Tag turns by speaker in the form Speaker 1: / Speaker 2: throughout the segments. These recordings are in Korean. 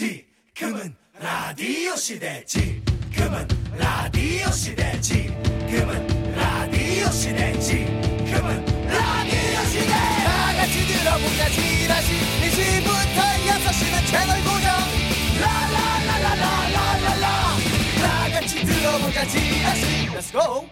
Speaker 1: 지금은 라디오 시대 지금은 라디오 시대 지금은 라디오 시대 지금은 라디오 시대 다 같이 들어보자 지라시 1시부터 6시는 채널 고정 라라라라라라라라 다 같이 들어보자 지라시 Let's go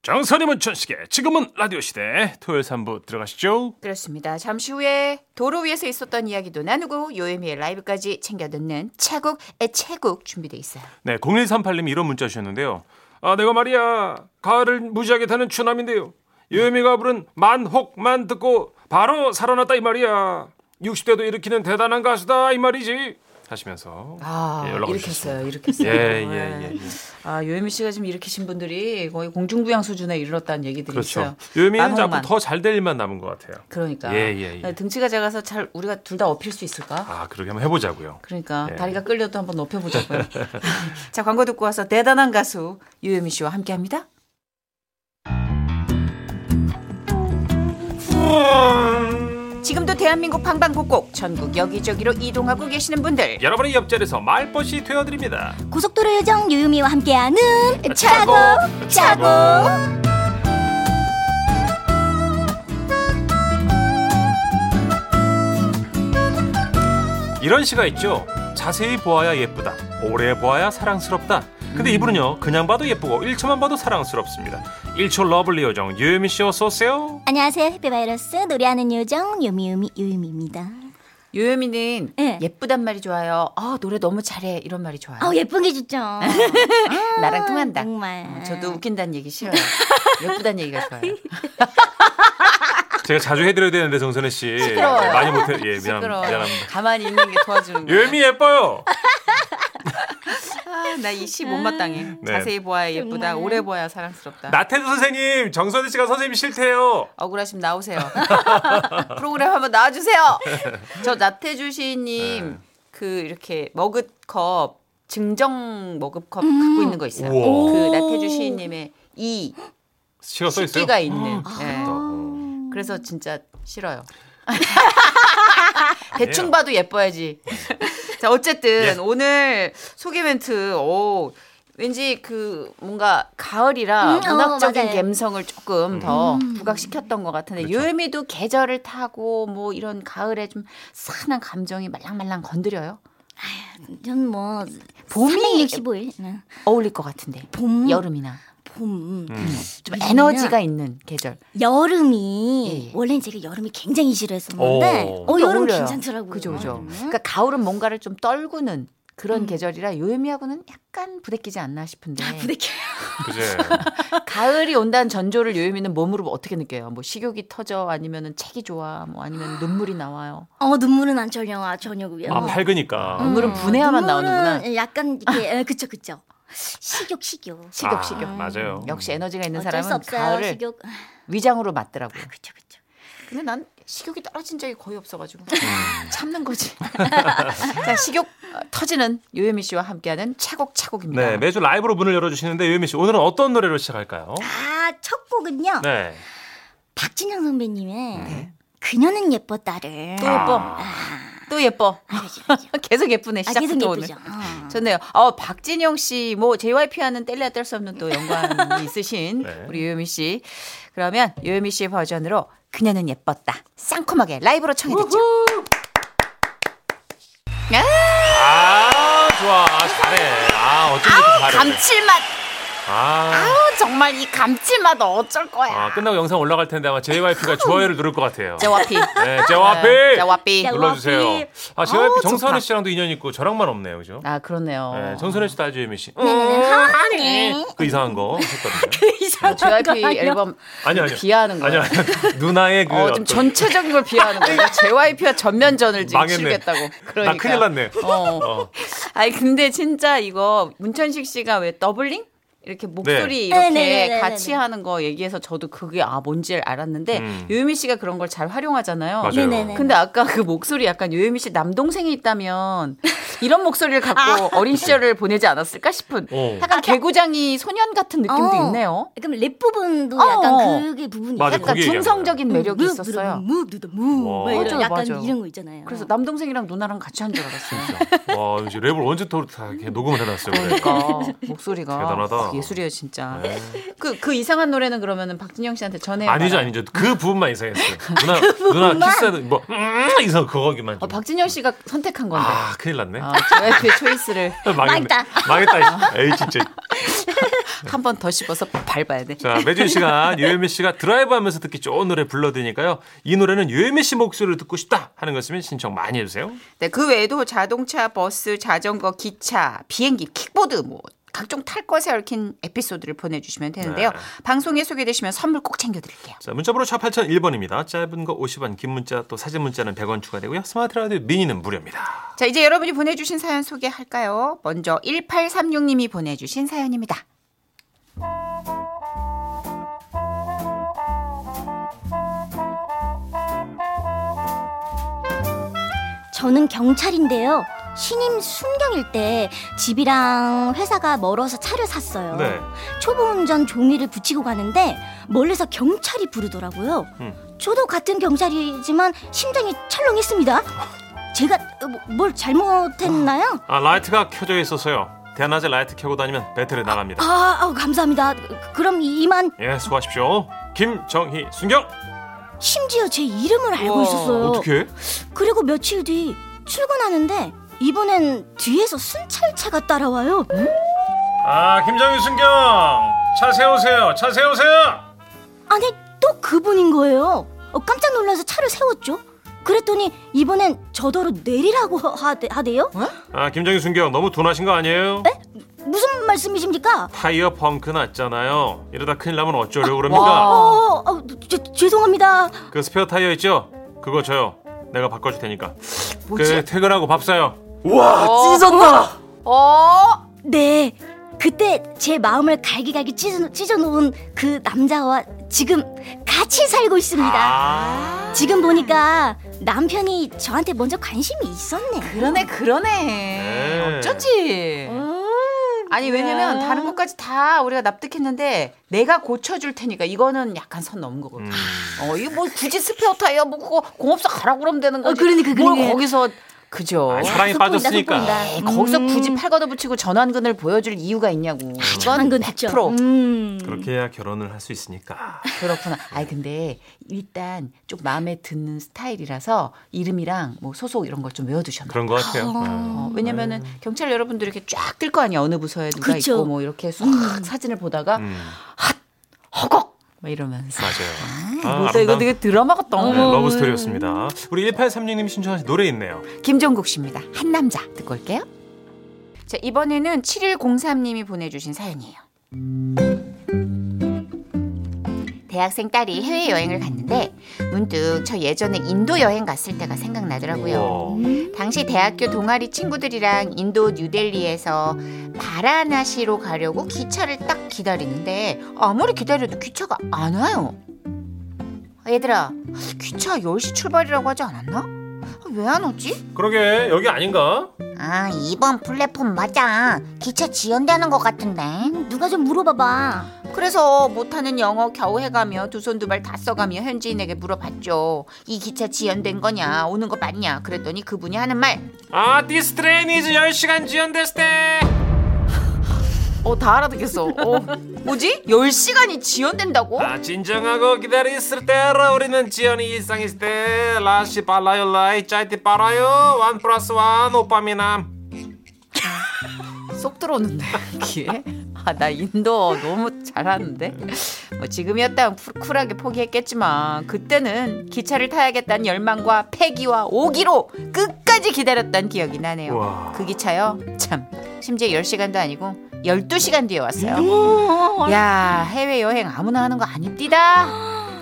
Speaker 2: 정선이문 천식의 지금은 라디오 시대 토요일 3부 들어가시죠.
Speaker 3: 그렇습니다. 잠시 후에 도로 위에서 있었던 이야기도 나누고 요예미의 라이브까지 챙겨 듣는 차곡 애채곡 준비돼 있어요.
Speaker 2: 네, 0138님이 이런 문자 주셨는데요. 아, 내가 말이야. 가을을 무지하게 타는 추남인데요. 유미가 부른 만혹만 듣고 바로 살아났다 이 말이야. 60대도 일으키는 대단한 가수다 이 말이지. 하시면서
Speaker 3: 아
Speaker 2: 예, 연락을
Speaker 3: 이렇게
Speaker 2: 주셨습니다.
Speaker 3: 했어요. 이렇게 했어요.
Speaker 2: 예, 예, 예, 예.
Speaker 3: 아 요예미 씨가 지금 일으키신 분들이 거의 공중부양 수준에 이르렀다는 얘기들이
Speaker 2: 그렇죠.
Speaker 3: 있어요.
Speaker 2: 유미는 자꾸
Speaker 3: 만혹만.
Speaker 2: 더 잘 될 일만 남은 것 같아요.
Speaker 3: 그러니까
Speaker 2: 예, 예, 예.
Speaker 3: 등치가 작아서 잘 우리가 둘 다 업힐 수 있을까?
Speaker 2: 아, 그러게 한번 해보자고요.
Speaker 3: 그러니까
Speaker 2: 예.
Speaker 3: 다리가 끌려도 한번 높여보자고요. 자 광고 듣고 와서 대단한 가수 요예미 씨와 함께합니다. 지금도 대한민국 방방곡곡 전국 여기저기로 이동하고 계시는 분들
Speaker 2: 여러분의 옆자리에서 말벗이 되어드립니다.
Speaker 4: 고속도로 요정 유유미와 함께하는
Speaker 2: 차고,
Speaker 4: 차고
Speaker 2: 차고.
Speaker 4: 차고
Speaker 2: 이런 시가 있죠. 자세히 보아야 예쁘다. 오래 보아야 사랑스럽다. 근데 이분은요. 그냥 봐도 예쁘고 1초만 봐도 사랑스럽습니다. 1초 러블리 요정 유미 씨 어서 오세요.
Speaker 4: 안녕하세요 해피바이러스 노래하는 요정 유미유미 유유미입니다
Speaker 3: 요요미는
Speaker 4: 예. 어,
Speaker 3: 예쁘단 말이 좋아요. 아 노래 너무 잘해 이런 말이 좋아요.
Speaker 4: 아우 예쁜 게 좋죠
Speaker 3: 나랑 통한다.
Speaker 4: 정말
Speaker 3: 어, 저도 웃긴다는 얘기 싫어요. 예쁘다는 얘기가 좋아요.
Speaker 2: 제가 자주 해드려야 되는데 정선혜 씨
Speaker 3: 시끄러워요.
Speaker 2: 많이 못해. 예 미안
Speaker 3: 시끄러워.
Speaker 2: 미안합니다.
Speaker 3: 가만히 있는 게 도와주는 거야.
Speaker 2: 유미 예뻐요.
Speaker 3: 아, 나이시 못마땅해.
Speaker 2: 네.
Speaker 3: 자세히 보아야 예쁘다.
Speaker 4: 정말.
Speaker 3: 오래 보아야 사랑스럽다.
Speaker 2: 나태주 선생님 정선혜 씨가 선생님 싫대요.
Speaker 3: 억울하시면 나오세요. 프로그램 한번 나와주세요. 저 나태주
Speaker 2: 네.
Speaker 3: 시인님 그 이렇게 머그컵 증정 머그컵
Speaker 4: 음.
Speaker 3: 갖고 있는 거 있어요.
Speaker 2: 우와.
Speaker 3: 그 나태주 시인님의 이
Speaker 2: 씨가 써 있어요.
Speaker 3: 끼가 있는.
Speaker 4: 아,
Speaker 3: 예.
Speaker 2: 어.
Speaker 4: 음.
Speaker 3: 그래서 진짜 싫어요. 대충 봐도 예뻐야지.
Speaker 4: 네.
Speaker 3: 자, 어쨌든
Speaker 2: 예.
Speaker 3: 오늘 소개 멘트, 오, 왠지 그 뭔가 가을이라
Speaker 4: 음, 어,
Speaker 3: 문학적인
Speaker 4: 맞아요. 음. 그렇죠.
Speaker 3: 감성을 조금 더 부각시켰던 것 같은데 유미도 계절을 타고 뭐 이런 가을에 좀 싸한 감정이 말랑말랑 건드려요.
Speaker 4: 전뭐
Speaker 3: 봄이
Speaker 4: 365일 응.
Speaker 3: 어울릴 것 같은데
Speaker 4: 봄
Speaker 3: 여름이나 좀
Speaker 4: 봄 왜냐면
Speaker 3: 에너지가 있는 계절.
Speaker 4: 여름이
Speaker 3: 예, 예.
Speaker 4: 원래 제가 여름이 굉장히 싫어했었는데
Speaker 2: 오.
Speaker 4: 어 여름
Speaker 3: 어울려요. 그러니까
Speaker 4: 괜찮더라고요 음.
Speaker 3: 그죠, 그죠. 그러니까 가을은 뭔가를 좀 떨구는 그런 계절이라 요요미하고는 약간 부대끼지 않나 싶은데.
Speaker 4: 아, 부대껴
Speaker 2: 그제
Speaker 3: 가을이 온다는 전조를 요요미는 몸으로 어떻게 느껴요? 뭐 식욕이 터져 아니면은 책이 좋아 뭐 아니면 눈물이 나와요.
Speaker 4: 어 눈물은 안 절려 아 저녁이요
Speaker 3: 음.
Speaker 2: 아 밝으니까.
Speaker 3: 눈물은 분해야만 나오는구나.
Speaker 4: 음. 눈물은 예, 약간 이렇게 에, 그쵸 그쵸 식욕 식욕
Speaker 3: 식욕
Speaker 2: 아,
Speaker 3: 식욕.
Speaker 2: 맞아요.
Speaker 3: 음. 역시 에너지가 있는
Speaker 4: 어쩔 수
Speaker 3: 사람은
Speaker 4: 없어요
Speaker 3: 가을을
Speaker 4: 식욕 아,
Speaker 3: 위장으로 맞더라고요.
Speaker 4: 그쵸 그쵸
Speaker 3: 근데 난 식욕이 떨어진 적이 거의 없어가지고
Speaker 2: 음.
Speaker 3: 참는 거지. 자 식욕 어, 터지는 요요미 씨와 함께하는 차곡차곡입니다.
Speaker 2: 네 매주 라이브로 문을 열어주시는데 유미 씨 오늘은 어떤 노래로 시작할까요?
Speaker 4: 아첫 곡은요
Speaker 2: 네.
Speaker 4: 박진영 선배님의 그녀는 예뻤다를
Speaker 3: 네.
Speaker 4: 아,
Speaker 3: 또 예뻐. 또 예뻐. 계속 예쁘네
Speaker 4: 아
Speaker 3: 시작부터
Speaker 4: 계속
Speaker 3: 오늘.
Speaker 4: 예쁘죠 어.
Speaker 3: 좋네요. 어, 박진영 씨, 뭐, JYP와는 뗄래야 뗄 수 없는 또 연관이 있으신
Speaker 2: 네.
Speaker 3: 우리 요요미 씨. 그러면 요요미 씨의 버전으로 그녀는 예뻤다. 쌍콤하게 라이브로 청해듣죠.
Speaker 2: 네.
Speaker 3: 아,
Speaker 2: 아 좋아 잘해. 아 어쩜 이렇게 잘해.
Speaker 3: 감칠맛.
Speaker 2: 아,
Speaker 3: 아우, 정말 이 감칠맛 어쩔 거야.
Speaker 2: 아, 끝나고 영상 올라갈 텐데 아마 JYP가 좋아요를 누를 것 같아요.
Speaker 3: 제와피.
Speaker 2: 네, JYP
Speaker 3: 제와피.
Speaker 4: JYP.
Speaker 2: 눌러주세요. 아
Speaker 3: 아우,
Speaker 2: JYP
Speaker 3: 좋다.
Speaker 2: 정선혜 씨랑도 인연 있고 저랑만 없네요, 그죠?
Speaker 3: 아, 네, 그러네요.
Speaker 2: 네, 정선혜 씨도 아주 유미 씨. 어,
Speaker 3: 네.
Speaker 4: 하니
Speaker 2: 그 이상한 거 했거든요.
Speaker 3: JYP 앨범
Speaker 2: 아니 아니요.
Speaker 3: 비하하는 거예요.
Speaker 2: 아니요. 아니요. 누나의 그
Speaker 3: 어, 지금
Speaker 2: 어떤-
Speaker 3: 전체적인 걸 비하하는 거예요. JYP와 전면전을 지금
Speaker 2: 망했네.
Speaker 3: 치르겠다고. 그러니까.
Speaker 2: 나 큰일 났네.
Speaker 3: 어.
Speaker 2: 어.
Speaker 3: 아니 근데 진짜 이거 문천식 씨가 왜 더블링? 이렇게 목소리
Speaker 4: 네.
Speaker 3: 이렇게
Speaker 4: 네네네네네.
Speaker 3: 같이 하는 거 얘기해서 저도 그게 아 뭔지를 알았는데
Speaker 2: 음.
Speaker 3: 요유미 씨가 그런 걸 잘 활용하잖아요.
Speaker 2: 맞아요.
Speaker 4: 네네네.
Speaker 3: 근데 아까 그 목소리 약간 요유미 씨 남동생이 있다면 이런 목소리를 갖고
Speaker 4: 아.
Speaker 3: 어린 시절을 보내지 않았을까 싶은
Speaker 2: 어.
Speaker 3: 약간 개구장이 소년 같은 느낌도
Speaker 4: 그 어.
Speaker 3: 있네요.
Speaker 4: 그럼 랩 부분도
Speaker 3: 어,
Speaker 4: 약간
Speaker 3: 어.
Speaker 4: 그게 부분이
Speaker 2: 맞아,
Speaker 4: 약간
Speaker 3: 약간
Speaker 2: 거기 얘기하는
Speaker 3: 중성적인
Speaker 4: 음,
Speaker 3: 매력이
Speaker 4: 무,
Speaker 3: 있었어요.
Speaker 4: 무르르, 무 누드 무.
Speaker 2: 와.
Speaker 4: 막뭐 이런
Speaker 3: 맞아요,
Speaker 4: 약간
Speaker 3: 맞아요.
Speaker 4: 이런 거 있잖아요.
Speaker 3: 그래서 남동생이랑 누나랑 같이 한 줄 알았어요.
Speaker 2: 와 이제 랩을 언제 또 이렇게 녹음을 해놨어요. 그래.
Speaker 3: 그러니까 목소리가 아,
Speaker 2: 대단하다. 네.
Speaker 3: 예술이에요 진짜. 그 그 이상한 노래는 그러면은 박진영 씨한테 전에
Speaker 2: 아니죠 아니죠 그 부분만 이상했어요. 누나 누나 키스해도 뭐 음, 이상 그거기만.
Speaker 3: 어,
Speaker 2: 좀.
Speaker 3: 박진영 씨가 선택한 건데.
Speaker 2: 아 큰일 났네.
Speaker 3: 아, 저의 그 초이스를
Speaker 2: 망했네.
Speaker 4: 망했다.
Speaker 2: 망했다. 씨. 에이 진짜.
Speaker 3: 한 번 더 씹어서 밟아야 돼.
Speaker 2: 자 매주 이 시간 유혜미 씨가 드라이브하면서 듣기 좋은 노래 불러드니까요. 이 노래는 유혜미 씨 목소리를 듣고 싶다 하는 것 있으면 신청 많이 해주세요.
Speaker 3: 네, 그 외에도 자동차, 버스, 자전거, 기차, 비행기, 킥보드 뭐 각종 탈 것에 얽힌 에피소드를 보내주시면 되는데요.
Speaker 2: 네.
Speaker 3: 방송에 소개되시면 선물 꼭 챙겨드릴게요.
Speaker 2: 자, 문자번호 샵 8001번입니다. 짧은 거 50원, 긴 문자 또 사진 문자는 100원 추가되고요. 스마트 라디오 미니는 무료입니다.
Speaker 3: 자, 이제 여러분이 보내주신 사연 소개할까요? 먼저 1836님이 보내주신 사연입니다.
Speaker 4: 저는 경찰인데요. 신임 순경일 때 집이랑 회사가 멀어서 차를 샀어요.
Speaker 2: 네.
Speaker 4: 초보 운전 종이를 붙이고 가는데 멀리서 경찰이 부르더라고요.
Speaker 2: 음.
Speaker 4: 저도 같은 경찰이지만 심장이 철렁했습니다. 제가 뭐- 뭘 잘못했나요?
Speaker 2: 아, 라이트가 켜져 있어서요. 대낮에 라이트 켜고 다니면 배터리 나갑니다.
Speaker 4: 아, 아우, 감사합니다. 그- 그럼 이만
Speaker 2: 예, 수고하십시오. 김정희 순경.
Speaker 4: 심지어 제 이름을 알고
Speaker 3: 우와.
Speaker 4: 있었어요.
Speaker 2: 어떻게?
Speaker 4: 그리고 며칠 뒤 출근하는데 이번엔 뒤에서 순찰차가 따라와요.
Speaker 2: 아, 김정희 순경. 차 세우세요. 차 세우세요.
Speaker 4: 아니 또 그분인 거예요. 어, 깜짝 놀라서 차를 세웠죠. 그랬더니 이번엔 저더러 내리라고 하대, 하대요?
Speaker 3: 어?
Speaker 2: 아, 김정희 순경 너무 둔하신 거 아니에요?
Speaker 4: 무슨 말씀이십니까?
Speaker 2: 타이어 펑크 났잖아요. 이러다 큰일 나면 어쩌려고
Speaker 4: 어,
Speaker 2: 그럽니까?
Speaker 4: 어, 죄- 죄송합니다.
Speaker 2: 그 스페어 타이어 있죠? 그거 저요. 내가 바꿔 줄 테니까.
Speaker 3: 뭐지?
Speaker 2: 그 퇴근하고 밥 사요.
Speaker 3: 찢었나? 어?
Speaker 4: 네, 그때 제 마음을 갈기갈기 찢어, 찢어놓은 그 남자와 지금 같이 살고 있습니다.
Speaker 2: 아.
Speaker 4: 지금 보니까 남편이 저한테 먼저 관심이 있었네.
Speaker 3: 그러네, 그러네.
Speaker 2: 네.
Speaker 3: 어쩐지.
Speaker 4: 음,
Speaker 3: 아니
Speaker 4: 네.
Speaker 3: 왜냐면 다른 것까지 다 우리가 납득했는데 내가 고쳐줄 테니까 이거는 약간 선 넘은 거거든.
Speaker 2: 음.
Speaker 3: 어 이거 뭐 굳이 스페어 타이어 뭐 그거 공업사 가라 그러면 되는 거지.
Speaker 4: 어, 그러니까,
Speaker 3: 뭘
Speaker 4: 그러니까.
Speaker 3: 거기서 그죠.
Speaker 2: 아니, 사랑에
Speaker 4: 속보인다,
Speaker 2: 빠졌으니까.
Speaker 4: 속보인다.
Speaker 3: 에이,
Speaker 4: 음.
Speaker 3: 거기서 굳이 팔 걷어붙이고 전완근을 보여줄 이유가 있냐고.
Speaker 2: 아,
Speaker 4: 아, 저만 건 됐죠.
Speaker 3: 100%
Speaker 4: 음.
Speaker 2: 그렇게 해야 결혼을 할 수 있으니까.
Speaker 3: 그렇구나. 아니 근데 일단 좀 마음에 드는 스타일이라서 이름이랑 뭐 소속 이런 걸 좀 외워두셨나.
Speaker 2: 그런 것 같아요.
Speaker 3: 어, 왜냐면은 경찰 여러분들 이렇게 쫙 뜰 거 아니야 어느 부서에 누가
Speaker 4: 그쵸.
Speaker 3: 있고 뭐 이렇게 쏙 사진을 보다가
Speaker 2: 음,
Speaker 3: 허걱 막 이러면서.
Speaker 2: 맞아요.
Speaker 3: 아,
Speaker 2: 아,
Speaker 3: 뭐다 이거
Speaker 2: 아름다운
Speaker 3: 되게 드라마 같다.
Speaker 2: 네, 러브 스토리였습니다. 우리 1836님 신청하신 노래 있네요.
Speaker 3: 김종국 씨입니다. 한 남자 듣고 올게요. 자 이번에는 7103님이 보내주신 사연이에요. 대학생 딸이 해외 여행을 갔는데 문득 저 예전에 인도 여행 갔을 때가 생각나더라고요.
Speaker 2: 어.
Speaker 3: 당시 대학교 동아리 친구들이랑 인도 뉴델리에서 바라나시로 가려고 기차를 딱 기다리는데 아무리 기다려도 기차가 안 와요. 얘들아, 기차 10시 출발이라고 하지 않았나? 왜 안 오지?
Speaker 2: 그러게 여기 아닌가?
Speaker 5: 아, 이번 플랫폼 맞아. 기차 지연되는 것 같은데.
Speaker 4: 누가 좀 물어봐봐.
Speaker 3: 그래서 못하는 영어 겨우 해가며 두 손 두 발 다 써가며 현지인에게 물어봤죠. 이 기차 지연된 거냐, 오는 거 맞냐? 그랬더니 그분이 하는 말.
Speaker 2: 아, this train is 10시간 지연됐을 때.
Speaker 3: 어, 다 알아듣겠어. 어, 뭐지? 10시간이 지연된다고?
Speaker 2: 아, 진정하고 기다렸을 때라 우리는 지연이 일상일 때 라시 빨라요 라이 짜이티 빨아요 원 플러스 원 오빠미남.
Speaker 3: 쏙 들어오는데 귀에 아나 인도 너무 잘하는데 뭐 지금이었다면 쿨- 쿨하게 포기했겠지만 그때는 기차를 타야겠다는 열망과 패기와 오기로 끝까지 기다렸던 기억이 나네요
Speaker 2: 우와.
Speaker 3: 그 기차요 참 심지어 10시간도 아니고 12시간 뒤에 왔어요 야 해외여행 아무나 하는 거 아닙디다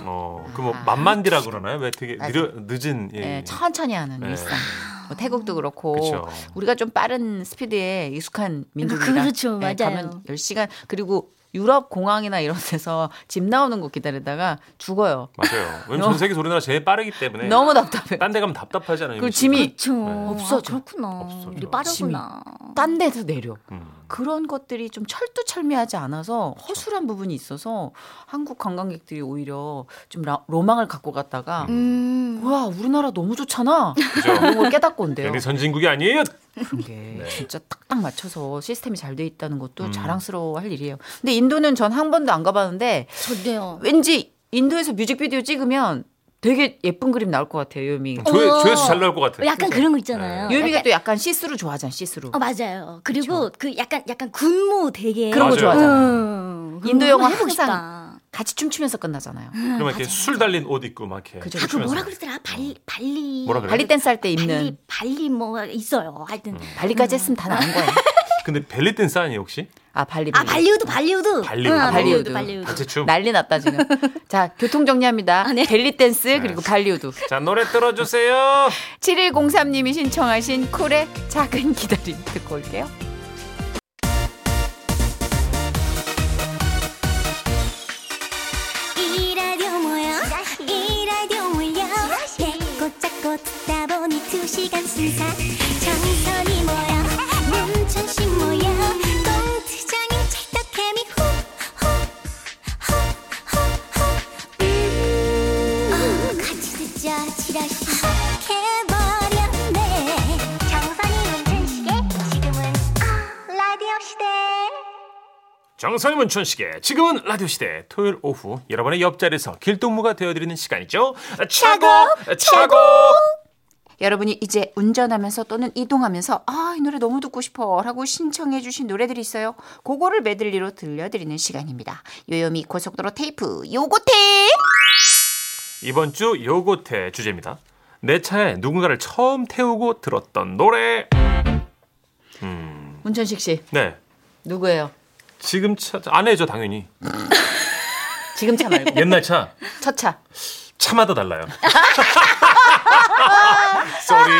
Speaker 2: 어, 그 뭐 만만디라 그러나요? 왜 되게
Speaker 3: 아, 맞아. 네,
Speaker 2: 느려 늦은 예.
Speaker 3: 예, 천천히 하는
Speaker 2: 예.
Speaker 3: 일상 뭐 태국도 그렇고
Speaker 2: 그쵸.
Speaker 3: 우리가 좀 빠른 스피드에 익숙한 민족이라
Speaker 4: 그렇죠,
Speaker 3: 예,
Speaker 4: 맞아요.
Speaker 3: 가면 10시간 그리고 유럽 공항이나 이런 데서 집 나오는 거 기다리다가 죽어요.
Speaker 2: 맞아요. 왜냐면 전 세계 우리나라 제일 빠르기 때문에
Speaker 3: 너무 답답해.
Speaker 2: 딴 데 가면 답답하잖아요.
Speaker 3: 그
Speaker 2: 음식이.
Speaker 3: 짐이
Speaker 4: 그쵸.
Speaker 3: 없어져.
Speaker 4: 아, 그렇구나.
Speaker 2: 없어져.
Speaker 4: 우리 빠르구나.
Speaker 3: 딴 데서 내려.
Speaker 2: 음.
Speaker 3: 그런 것들이 좀 철두철미하지 않아서 허술한 부분이 있어서 한국 관광객들이 오히려 좀 라- 로망을 갖고 갔다가
Speaker 4: 음.
Speaker 3: 와 우리나라 너무 좋잖아.
Speaker 2: 그죠.
Speaker 3: 이런 걸 깨닫고 온대요.
Speaker 2: 여기 선진국이 아니에요.
Speaker 3: 그런 게 진짜 딱딱 맞춰서 시스템이 잘 돼 있다는 것도 자랑스러워할 일이에요. 근데 인도는 전 한 번도 안 가봤는데
Speaker 4: 저도요.
Speaker 3: 왠지 인도에서 뮤직비디오 찍으면 되게 예쁜 그림 나올 것 같아요, 요미.
Speaker 2: 조회,
Speaker 4: 어.
Speaker 2: 조회수 잘 나올 것 같아.
Speaker 4: 약간 그런 거 있잖아요.
Speaker 3: 요미가 또 약간 시스루 좋아하잖아, 시스루.
Speaker 4: 어 맞아요. 그리고 그 약간 약간 군모 되게
Speaker 3: 그런 거
Speaker 2: 맞아요.
Speaker 3: 좋아하잖아.
Speaker 4: 음, 그런
Speaker 3: 인도
Speaker 4: 거
Speaker 3: 영화
Speaker 4: 한번
Speaker 3: 항상
Speaker 4: 해보고 싶다.
Speaker 3: 같이 춤추면서 끝나잖아요.
Speaker 2: 그러면 이렇게 술 달린 옷 입고 막 이렇게.
Speaker 3: 그죠.
Speaker 4: 아, 그 뭐라
Speaker 2: 춤추면서.
Speaker 4: 그러더라? 발리 발리
Speaker 2: 뭐라 그래요?
Speaker 3: 발리 댄스 할 때
Speaker 4: 발리
Speaker 3: 입는
Speaker 4: 발리 뭐 있어요. 하여튼
Speaker 3: 발리까지 했으면 다 나온 거야.
Speaker 2: 근데 벨리 댄스 아니에요 혹시?
Speaker 3: 아, 발리.
Speaker 4: 아
Speaker 3: 발리.
Speaker 4: 발리우드 발리우드
Speaker 2: 발리우드.
Speaker 4: 응,
Speaker 3: 발리우드.
Speaker 4: 아, 발리우드 발리우드
Speaker 2: 단체 춤.
Speaker 3: 난리 났다 지금. 자, 교통 정리합니다. 벨리 댄스 그리고 발리우드.
Speaker 2: 자 노래 들어주세요.
Speaker 3: 7103님이 신청하신 쿨의 작은 기다림 듣고 올게요.
Speaker 6: 이 라디오 모여 이 라디오 몰려 내고 짝고 듣다 보니 두 시간 순삭 정선이 모여 문천식 모여 공투장인 찰떡케미 후후후후후 음. 어, 같이 듣자 지라시 해버렸네 정선이 문천식의 지금은 어, 라디오 시대
Speaker 2: 정선희 문천식의 지금은 라디오 시대 토요일 오후 여러분의 옆자리에서 길동무가 되어드리는 시간이죠. 차고 차고.
Speaker 3: 여러분이 이제 운전하면서 또는 이동하면서 아, 이 노래 너무 듣고 싶어 라고 신청해 주신 노래들이 있어요. 그거를 메들리로 들려드리는 시간입니다. 요요미 고속도로 테이프 요고테
Speaker 2: 이번 주 요고테 주제입니다. 내 차에 누군가를 처음 태우고 들었던 노래.
Speaker 3: 문천식 씨
Speaker 2: 네.
Speaker 3: 누구예요?
Speaker 2: 지금 차 아내죠 당연히
Speaker 3: 지금 차 말고
Speaker 2: 옛날 차
Speaker 3: 첫 차.
Speaker 2: 차마다 달라요. 쏘리.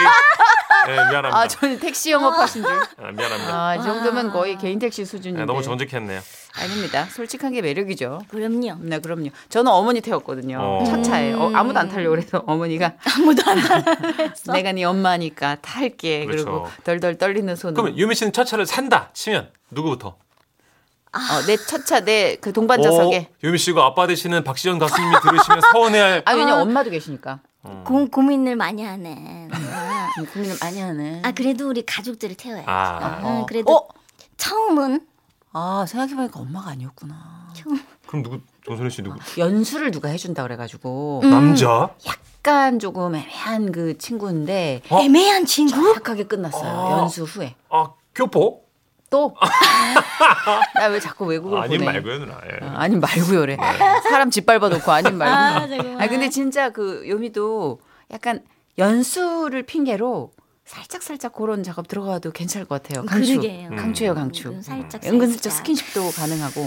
Speaker 2: 네, 미안합니다.
Speaker 3: 아, 저는 택시 영업하신 줄.
Speaker 2: 아, 미안합니다.
Speaker 3: 아, 이 정도면 거의 개인 택시 수준인데.
Speaker 2: 네, 너무 정직했네요.
Speaker 3: 아닙니다. 솔직한 게 매력이죠.
Speaker 4: 그럼요.
Speaker 3: 네, 그럼요. 저는 어머니 태웠거든요.
Speaker 2: 어.
Speaker 3: 첫 차에 어, 아무도 안 타려고 그래서 어머니가
Speaker 4: 아무도 안 따라했어.
Speaker 3: 내가 네 엄마니까 탈게. 그리고
Speaker 2: 그렇죠.
Speaker 3: 덜덜 떨리는 손으로.
Speaker 2: 그러면 유미 씨는 첫 차를 산다 치면 누구부터?
Speaker 3: 어, 내 첫차 내 그 동반자석에.
Speaker 2: 오, 유미 씨가 아빠 되시는 박시현 가수님이 들으시면 서운해할.
Speaker 3: 아, 왜냐 면 엄마도 계시니까.
Speaker 4: 고, 고민을 많이 하네. 아,
Speaker 3: 음, 고민을 많이 하네.
Speaker 4: 아 그래도 우리 가족들을 태워야지.
Speaker 2: 아.
Speaker 4: 응, 그래도
Speaker 3: 어?
Speaker 4: 처음은
Speaker 3: 아, 생각해보니까 엄마가 아니었구나.
Speaker 2: 그럼 누구? 정선혜 씨 누구?
Speaker 3: 연수를 누가 해준다 그래가지고
Speaker 4: 음.
Speaker 2: 남자?
Speaker 3: 약간 조금 애매한 그 친구인데
Speaker 2: 어?
Speaker 4: 애매한 친구?
Speaker 3: 착하게 끝났어요.
Speaker 2: 아.
Speaker 3: 연수 후에.
Speaker 2: 아 교포?
Speaker 3: 또? 나 왜 자꾸 외국을
Speaker 2: 아님
Speaker 3: 보내?
Speaker 2: 말고요 누나. 예.
Speaker 3: 아, 아님 말고요래. 사람 짓밟아 놓고 아님
Speaker 4: 아,
Speaker 3: 말고.
Speaker 4: 정말.
Speaker 3: 아 근데 진짜 그 요미도 약간 연수를 핑계로 살짝 살짝 그런 작업 들어가도 괜찮을 것 같아요. 강추. 음.
Speaker 4: 그러게요.
Speaker 3: 강추예요, 강추.
Speaker 4: 음, 아, 살짝,
Speaker 3: 은근슬쩍
Speaker 4: 살짝.
Speaker 3: 스킨십도 가능하고.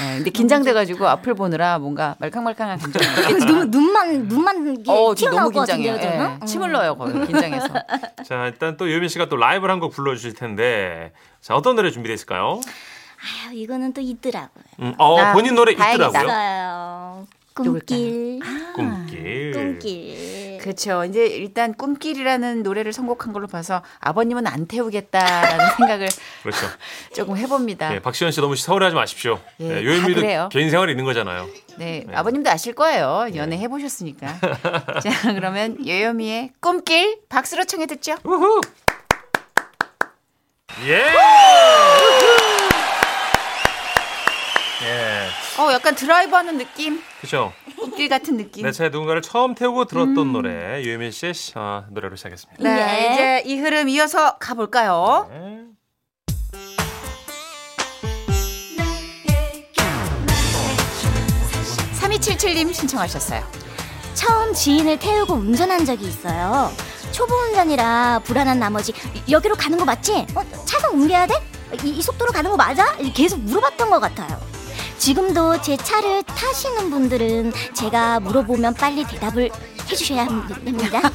Speaker 3: 네, 근데 긴장돼가지고 앞을 보느라 뭔가 말캉말캉한 감정이 있겠죠.
Speaker 4: 눈, 눈만 눈만
Speaker 3: 어, 지금
Speaker 4: 이게 튀어나올 음.
Speaker 3: 너무
Speaker 4: 것
Speaker 3: 긴장해요.
Speaker 4: 같은데요, 저는.
Speaker 3: 예, 침을 넣어요, 거의 긴장해서. 아.
Speaker 2: 자 일단 또 유미 씨가 또 라이브 를 한 곡 불러주실 텐데 자 어떤 노래 준비되어 있을까요?
Speaker 4: 아유, 이거는 또 있더라고요.
Speaker 2: 음, 어
Speaker 3: 아,
Speaker 2: 본인 노래
Speaker 3: 다행이다.
Speaker 2: 있더라고요.
Speaker 4: 있어요.
Speaker 3: 누굴까요?
Speaker 4: 꿈길,
Speaker 2: 아. 꿈길.
Speaker 4: 꿈길.
Speaker 3: 그렇죠. 이제 일단 꿈길이라는 노래를 선곡한 걸로 봐서 아버님은 안 태우겠다라는 생각을
Speaker 2: 그렇죠.
Speaker 3: 조금 해봅니다.
Speaker 2: 예, 박시현 씨 너무 서울하지 마십시오.
Speaker 3: 아. 예,
Speaker 2: 예,
Speaker 3: 다
Speaker 2: 요현미도
Speaker 3: 그래요.
Speaker 2: 개인 생활이 있는 거잖아요.
Speaker 3: 네, 아버님도 아실 거예요. 연애 해보셨으니까. 자, 그러면 요요미의 꿈길 박수로 청해 듣죠.
Speaker 2: 우후. 예. 예.
Speaker 3: 어, 약간 드라이브하는 느낌,
Speaker 2: 그렇죠.
Speaker 3: 꿈길 같은 느낌.
Speaker 2: 내 차에 누군가를 처음 태우고 들었던 노래 유미 씨의 시- 아, 노래로 시작했습니다.
Speaker 3: 네, 이제 이 흐름 이어서 가볼까요?
Speaker 2: 네.
Speaker 3: 삼 3277님 신청하셨어요.
Speaker 4: 처음 지인을 태우고 운전한 적이 있어요. 초보 운전이라 불안한 나머지 여기로 가는 거 맞지? 어, 차가 옮겨야 돼? 이, 이 속도로 가는 거 맞아? 계속 물어봤던 것 같아요. 지금도 제 차를 타시는 분들은 제가 물어보면 빨리 대답을 해주셔야 합니다.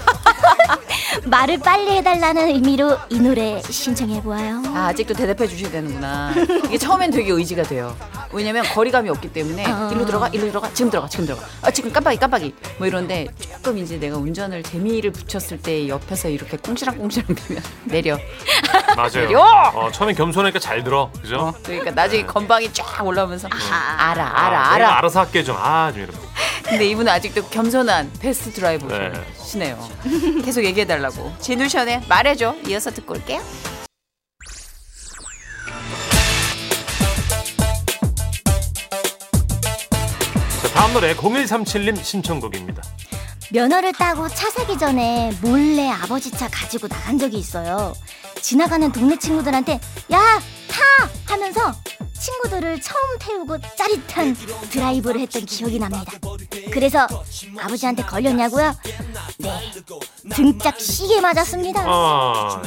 Speaker 4: 말을 빨리 해달라는 의미로 이 노래 신청해보아요.
Speaker 3: 아, 아직도 대답해 주셔야 되는구나. 이게 처음엔 되게 의지가 돼요. 왜냐면 거리감이 없기 때문에 일로 들어가, 일로 들어가, 지금 들어가, 지금 들어가. 아, 지금 깜빡이, 깜빡이. 뭐 이런데 조금 이제 내가 운전을 재미를 붙였을 때 옆에서 이렇게 꽁시랑꽁시랑 되면 내려.
Speaker 2: 맞아요.
Speaker 3: 내려!
Speaker 2: 어, 처음엔 겸손하니까 잘 들어. 그죠?
Speaker 3: 어, 그러니까 나중에 건방이 쫙 올라오면서 알아, 알아,
Speaker 2: 아, 내가
Speaker 3: 알아.
Speaker 2: 알아서 할게 좀. 아, 좀 이런.
Speaker 3: 근데 이분은 아직도 겸손한 베스트
Speaker 2: 네.
Speaker 3: 드라이버시네요. 계속 얘기해달라고. 진우션의 말해줘. 이어서 듣고 올게요.
Speaker 2: 자, 다음 노래 0137님 신청곡입니다.
Speaker 4: 면허를 따고 차 사기 전에 몰래 아버지 차 가지고 나간 적이 있어요. 지나가는 동네 친구들한테 야 타! 하면서 친구들을 처음 태우고 짜릿한 드라이브를 했던 기억이 납니다. 그래서 아버지한테 걸렸냐고요? 네, 등짝 시게 맞았습니다.
Speaker 2: 아,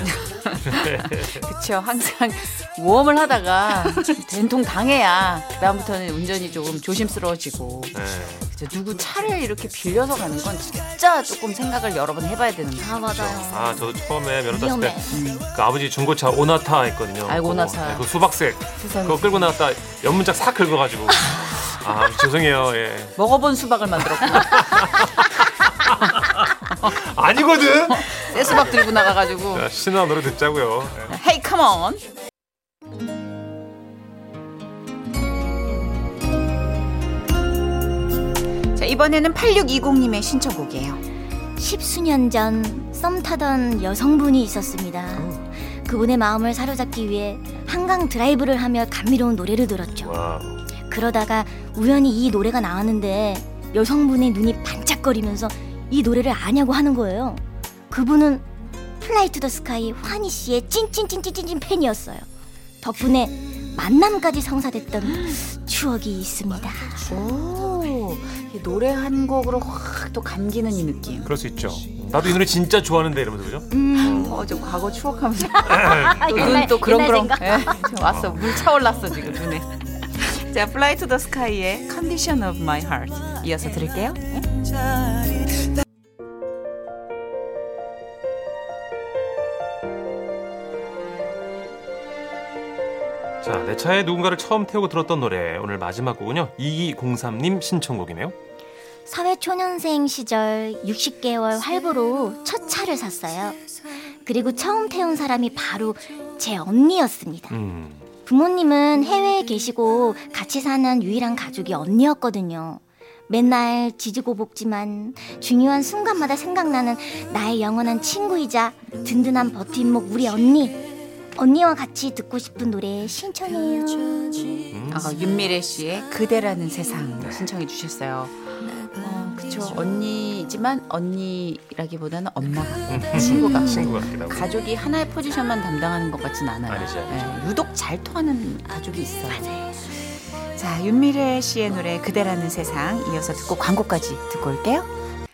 Speaker 3: 그쵸 그렇죠. 항상 모험을 하다가 된통 당해야 그다음부터는 운전이 조금 조심스러워지고
Speaker 2: 네.
Speaker 3: 그쵸, 누구 차를 이렇게 빌려서 가는 건 진짜 조금 생각을 여러 번 해봐야 되는 거예요
Speaker 4: 아 맞아요.
Speaker 2: 아, 저도 처음에 면허 땄을
Speaker 4: 위험해.
Speaker 2: 때. 그 아버지 중고차 오나타 했거든요.
Speaker 3: 아이고,
Speaker 2: 그거.
Speaker 3: 오나타.
Speaker 2: 네, 그 수박색.
Speaker 3: 세상에.
Speaker 2: 그거 끌고 나왔다 연문짝 싹 긁어가지고. 아, 죄송해요. 예.
Speaker 3: 먹어본 수박을 만들었고
Speaker 2: 아니거든.
Speaker 3: 새 수박 들고 나가가지고
Speaker 2: 자, 신나 노래 듣자고요. 예.
Speaker 3: 헤이 컴온 자 이번에는 8620님의 신청곡이에요
Speaker 4: 십수년 전 썸 타던 여성분이 있었습니다. 그분의 마음을 사로잡기 위해 한강 드라이브를 하며 감미로운 노래를 들었죠.
Speaker 2: 와.
Speaker 4: 그러다가 우연히 이 노래가 나왔는데 여성분의 눈이 반짝거리면서 이 노래를 아냐고 하는 거예요. 그분은 플라이 투 더 스카이 환희 씨의 찐찐찐찐찐 팬이었어요. 덕분에 만남까지 성사됐던 추억이 있습니다.
Speaker 3: 오 이 노래 한 곡으로 확 또 감기는 이 느낌
Speaker 2: 그럴 수 있죠. 나도 이 노래 진짜 좋아하는데 이러면서 그죠?
Speaker 3: 어저 과거 추억하면서 눈또 그런 그런 예, 지금 왔어 물 차올랐어 지금 눈에 자 Fly to the Sky의 Condition of My Heart 이어서 들을게요
Speaker 2: 자, 내 차에 누군가를 처음 태우고 들었던 노래 오늘 마지막 곡은요. 2203님 신청곡이네요.
Speaker 4: 사회초년생 시절 60개월 활보로 첫 차를 샀어요. 그리고 처음 태운 사람이 바로 제 언니였습니다.
Speaker 2: 음.
Speaker 4: 부모님은 해외에 계시고 같이 사는 유일한 가족이 언니였거든요. 맨날 지지고 볶지만 중요한 순간마다 생각나는 나의 영원한 친구이자 든든한 버팀목 우리 언니. 언니와 같이 듣고 싶은 노래 신청해요.
Speaker 3: 아까 윤미래 씨의 그대라는 세상 신청해 주셨어요 어, 그쵸 언니지만 언니라기보다는 엄마 같고 친구 같고
Speaker 2: 친구 같기도 하고.
Speaker 3: 가족이 하나의 포지션만 담당하는 것 같진 않아요.
Speaker 2: 아니죠, 아니죠.
Speaker 3: 예, 유독 잘 통하는 가족이 있어요. 자, 윤미래 씨의 노래 그대라는 세상 이어서 듣고 광고까지 듣고 올게요.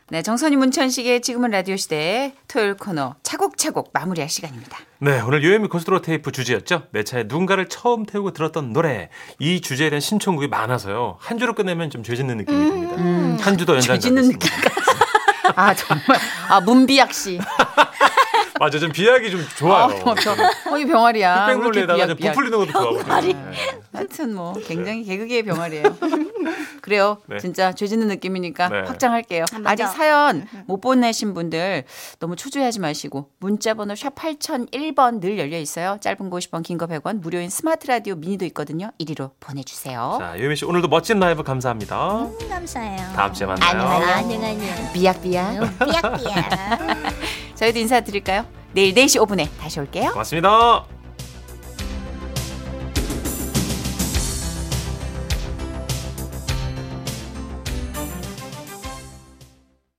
Speaker 3: 네, 정선희 문천식의 지금은 라디오 시대 토요일 코너 차곡차곡 마무리할 시간입니다.
Speaker 2: 네, 오늘 요요미 고스트로 테이프 주제였죠. 내 차에 누군가를 처음 태우고 들었던 노래. 이 주제에 대한 신청곡이 많아서요. 한 주로 끝내면 좀 죄짓는 느낌이 듭니다. 한 주 더 연장.
Speaker 3: 음, 죄짓는
Speaker 2: 가겠습니다.
Speaker 3: 느낌까지. 아, 정말. 아, 문비약 씨.
Speaker 2: 맞아, 좀 비약이 좀 좋아요.
Speaker 3: 어, 병, 어, 이
Speaker 2: 흑백
Speaker 3: 병아리야. 왜 이렇게
Speaker 2: 놀래다가 좀
Speaker 3: 비약, 어, 비약.
Speaker 2: 부풀리는 것도 좋아하거든요. 네.
Speaker 3: 하여튼 뭐 굉장히 개그계의 병아리예요. 그래요.
Speaker 2: 네.
Speaker 3: 진짜 죄짓는 느낌이니까
Speaker 2: 네.
Speaker 3: 확장할게요. 아직 네. 사연 못 보내신 분들 너무 초조해하지 마시고 문자 번호 샵 8001번 늘 열려 있어요. 짧은 거 50원, 긴 거 100원, 무료인 스마트 라디오 미니도 있거든요. 이리로 보내 주세요.
Speaker 2: 자, 요요미 씨 오늘도 멋진 라이브 감사합니다.
Speaker 4: 감사해요. 아,
Speaker 2: 다음 주에 만나요.
Speaker 4: 안녕하세요.
Speaker 3: 비약비약.
Speaker 4: 삐약삐약.
Speaker 3: 저희도 인사드릴까요? 내일 4시 5분에 다시 올게요.
Speaker 2: 고맙습니다.